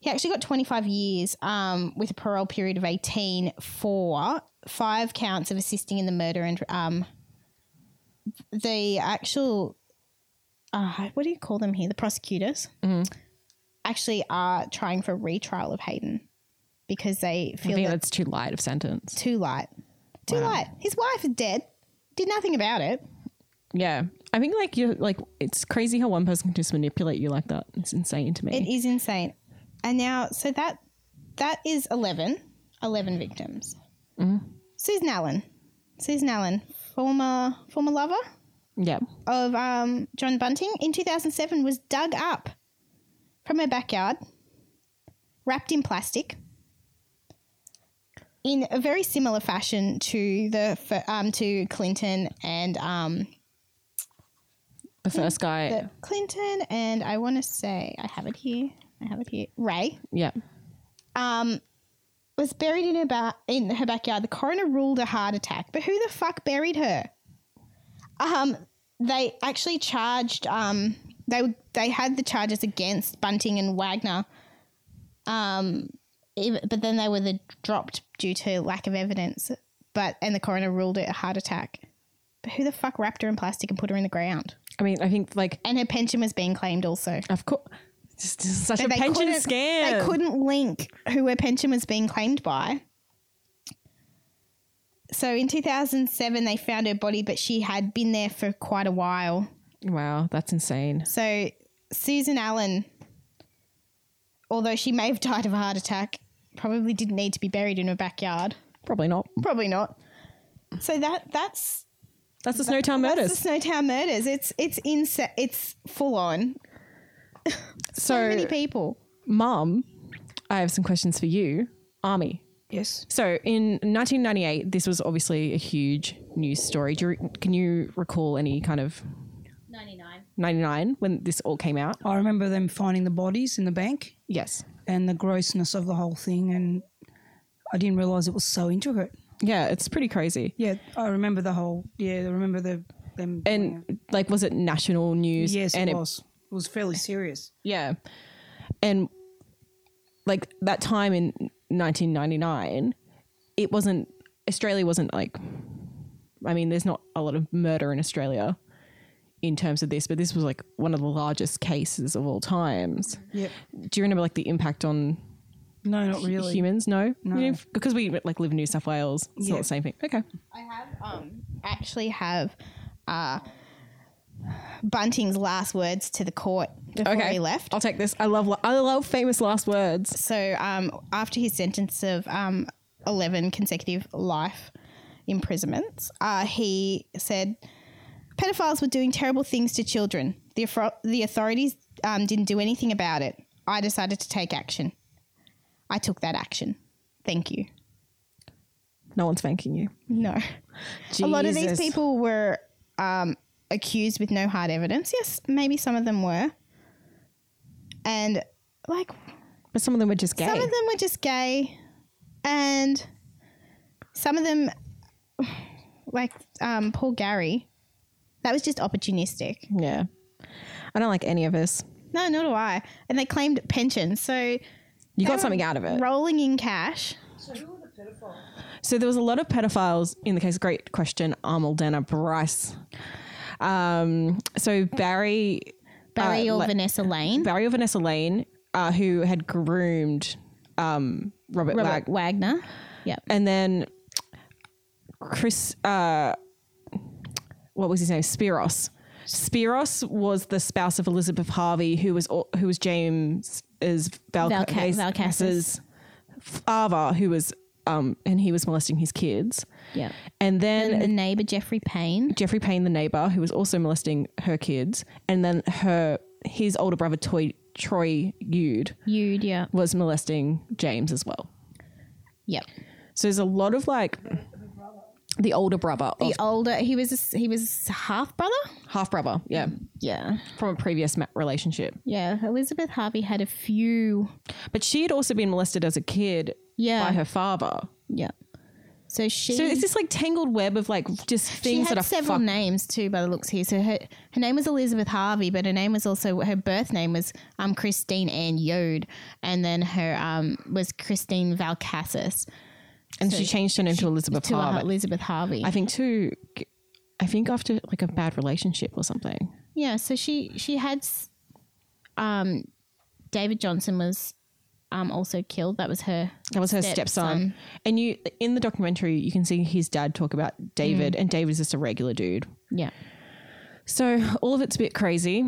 He actually got 25 years um, with a parole period of 18 for five counts of assisting in the murder and um, the actual, uh, what do you call them here? The prosecutors Mm-hmm. actually are trying for a retrial of Hayden because they I feel think that that's too light of sentence. too light. Too light. His wife is dead. Did nothing about it. Yeah. I think like you're like it's crazy how one person can just manipulate you like that. It's insane to me. It is insane. And now, so that that is 11, 11 victims. Susan Allen, Susan Allen, former former lover yeah. of um, John Bunting, in 2007 was dug up from her backyard, wrapped in plastic, in a very similar fashion to the fir- um, to Clinton and um, The first guy. the Clinton and I want to say I have it here. I have it here. Ray. yeah. was buried in her ba- in her backyard. The coroner ruled a heart attack, but who the fuck buried her? Um, they actually charged um, they were- they had the charges against Bunting and Wagner, um, ev- but then they were the dropped due to lack of evidence. But and the coroner ruled it a heart attack. But who the fuck wrapped her in plastic and put her in the ground? I mean, I think like And her pension was being claimed also. of course, just, just such a They pension couldn't- scam. They couldn't link who her pension was being claimed by. So in 2007, they found her body, but she had been there for quite a while. Wow, that's insane. So Susan Allen, although she may have died of a heart attack, probably didn't need to be buried in her backyard. Probably not. Probably not. So that that's That's the Snowtown murders. that's the Snowtown murders. It's it's inse- it's full on. So so, many people. Mum, I have some questions for you. Army. Yes. So, in 1998, this was obviously a huge news story. Do you, re- can you recall any kind of 99. 99 when this all came out? I remember them finding the bodies in the bank Yes. and the grossness of the whole thing, and I didn't realise it was so intricate. Yeah, it's pretty crazy. Yeah, I remember the whole. Yeah, I remember the them. doing And like, was it national it. news? yes, and it, was. It was fairly serious. Yeah. And like that time in 1999, it wasn't, Australia wasn't like, I mean, there's not a lot of murder in Australia in terms of this, but this was like one of the largest cases of all times. Mm-hmm. Yep. Do you remember like the impact on No, not really. humans? No, No. You know, because we like live in New South Wales. It's not Yeah. the same thing. Okay. I have um actually have uh Bunting's last words to the court before Okay. he left. I'll take this. I love I love famous last words. So um, after his sentence of um, 11 consecutive life imprisonments, uh, he said pedophiles were doing terrible things to children. The, afro- the authorities um, didn't do anything about it. I decided to take action. I took that action. Thank you. No one's thanking you. No. A lot of these Jesus. people were um, accused with no hard evidence. Yes, maybe some of them were. And like, But some of them were just gay. Some of them were just gay, and some of them, like um, Paul Gary, that was just opportunistic. yeah. I don't like any of this. No, nor do I. And they claimed pensions, so You got something out of it. rolling in cash. So who were the pedophiles? So there was a lot of pedophiles in the case. Great question, Armeldana Bryce. Um, so Barry, Barry Uh, or like- Vanessa Lane, Barry or Vanessa Lane, uh, who had groomed um, Robert, Robert Wag, Wagner. Yep. and then Chris. Uh, what was his name? Spiros. Spiros was the spouse of Elizabeth Harvey, who was al- who was James is Valca- Valcas's father, who was um, and he was molesting his kids. Yep. And then And the neighbor Jeffrey Payne. Jeffrey Payne, the neighbor, who was also molesting her kids, and then her his older brother Toy, Troy Ude You'd, yeah. was molesting James as well. Yep. So there's a lot of like the older brother, of, The older he was, he was half brother. half brother, yeah, Yeah. from a previous ma- relationship. Yeah. Elizabeth Harvey had a few But she had also been molested as a kid Yeah. by her father. Yeah. So she. So it's this like tangled web of like just she things had that are several fucked. names too, by the looks here. So her her name was Elizabeth Harvey, but her name was also her birth name was um Christine Ann Yode, and then her um was Christine Valcassis and she changed her name to Elizabeth to uh, Harvey. Elizabeth Harvey. I think too. I think after like a bad relationship or something. yeah, so she she had s- um David Johnson was um also killed. That was her. That was her Stepson. stepson. And you in the documentary you can see his dad talk about David Mm. and David's just a regular dude. Yeah. So all of it's a bit crazy.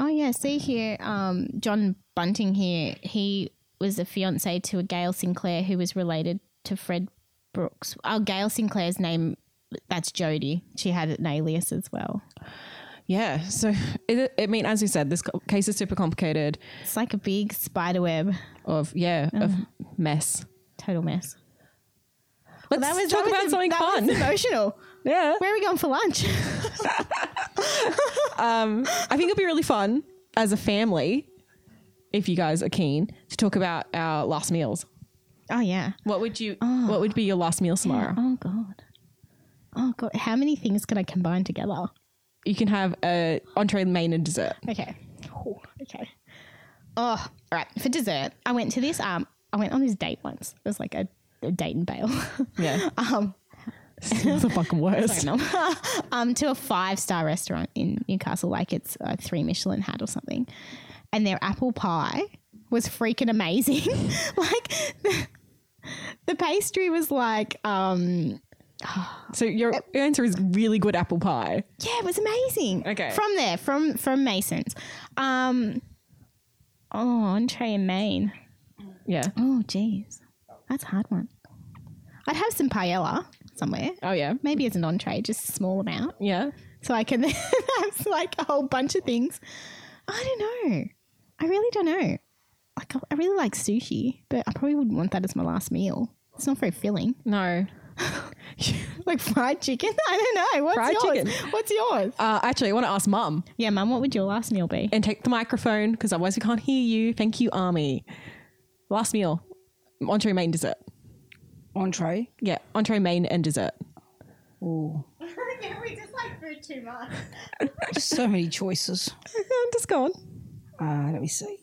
Oh yeah, see here, um, John Bunting here. He was the fiance to a Gail Sinclair who was related to Fred Brooks. Oh, Gail Sinclair's name. That's Jody. She had an alias as well. Yeah. So it, I mean as you said this co- case is super complicated It's like a big spider web. of yeah, of Uh-huh. mess. Total mess. Let's talk about something that fun. Was emotional. yeah. Where are we going for lunch? I think it'll be really fun as a family if you guys are keen to talk about our last meals. oh yeah. What would you what would be your last meal tomorrow? Oh god. Oh god. How many things can I combine together? You can have a entree, main and dessert. Okay. Oh, all right. For dessert, I went to this. Um, I went on this date once. It was like a, a date in Bale. Yeah. um, it's the fucking worst. sorry, Mum. um, to a five star restaurant in Newcastle. Like it's a three Michelin hat or something. And their apple pie was freaking amazing. like the, the pastry was like, um, So your, your answer is really good apple pie. yeah, it was amazing. Okay. From there, from from Mason's. Um, oh, entree in Maine. Yeah. Oh, geez. That's a hard one. I'd have some paella somewhere. Oh yeah. Maybe as an entree, just a small amount. Yeah. So I can then have like a whole bunch of things. I don't know. I really don't know. Like, I- I really like sushi, but I probably wouldn't want that as my last meal. It's not very filling. No. Like fried chicken? I don't know. What's Fried yours? chicken. What's yours? Uh, actually, I want to ask mum Yeah, Mum, what would your last meal be? and take the microphone because otherwise we can't hear you. Thank you, Army. Last meal, entree, main, dessert. Entree. Yeah, entree, main, and dessert. Ooh. we just like food too much. so many choices. Just go on. Uh, let me see.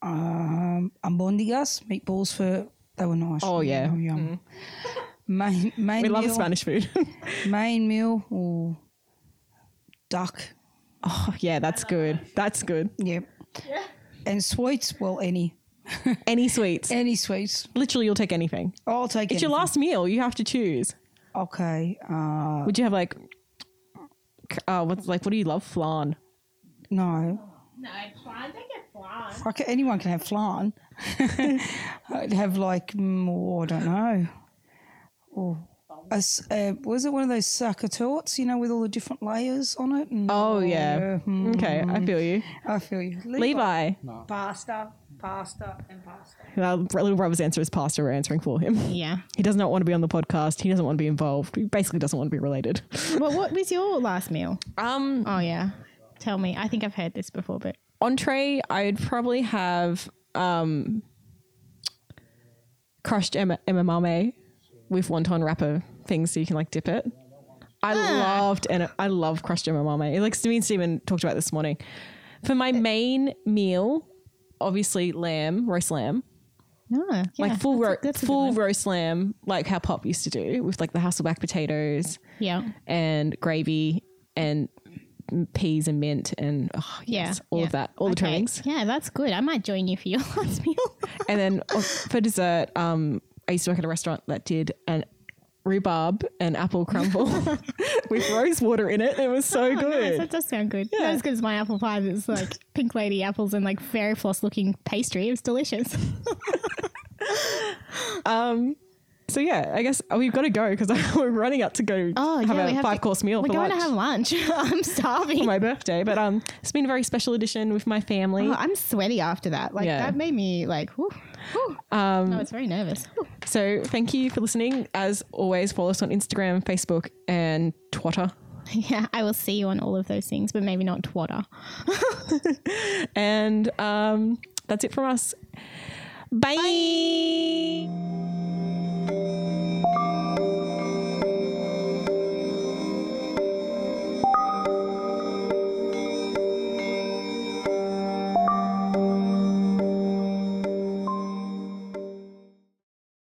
Um, ambondigas, meatballs for they were nice. Oh, yeah. Mm. Yum, yum. Main main We love meal, Spanish food. Main meal, ooh, duck. oh yeah, that's good. That's good. Yep. And sweets, well, any Any sweets. any sweets, Literally, you'll Eh. take anything. I'll take It's your anything. last meal. You have to choose. Okay. Uh, Would you have like, c- uh, what's like? What do you love? Flan. no. No, flan, don't get flan. Fuck it, anyone can have flan. I'd have like, mm, oh, I don't know. Oh, a s- uh, was it one of those sucker torts, you know, with all the different layers on it? And, Oh, yeah. mm, Okay, I feel you. I feel you. Levi. Pasta, pasta, and pasta. Our little brother's answer is pasta. We're answering for him. Yeah. He does not want to be on the podcast. He doesn't want to be involved. He basically doesn't want to be related. well, what was your last meal? Um, Oh yeah, tell me. I think I've heard this before, but entree, I'd probably have um, crushed em- edamame with wonton wrapper things so you can like dip it. I loved and I love crushed edamame. It Like me and Stephen talked about this morning. For my main meal, obviously lamb, roast lamb. no, yeah, like full that's a- ro- that's a good full one. roast lamb, like how Pop used to do with like the Hasselback potatoes yeah, and gravy and peas and mint and oh, yeah, yes, all yeah. of that, all the Okay. trimmings. Yeah, that's good. I might join you for your last meal. and then oh, for dessert, um, I used to work at a restaurant that did an rhubarb and apple crumble with rose water in it. It was so Oh, Nice, good. that does sound good. Not as good as my apple pie. That's like pink lady apples and like fairy floss looking pastry. It was delicious. so yeah, I guess oh, we've got to go because we're running out to go Oh have yeah, a we have five to- course meal. We're for going lunch. to have lunch. I'm starving. for my birthday, but um, it's been a very special edition with my family. Oh, I'm sweaty after that. Like Yeah. Um, that made me like. Whew, whew. I was very nervous. Whew. So thank you for listening. As always, follow us on Instagram, Facebook, and Twitter. Yeah, I will see you on all of those things, but maybe not Twitter. And um, that's it from us. Bye.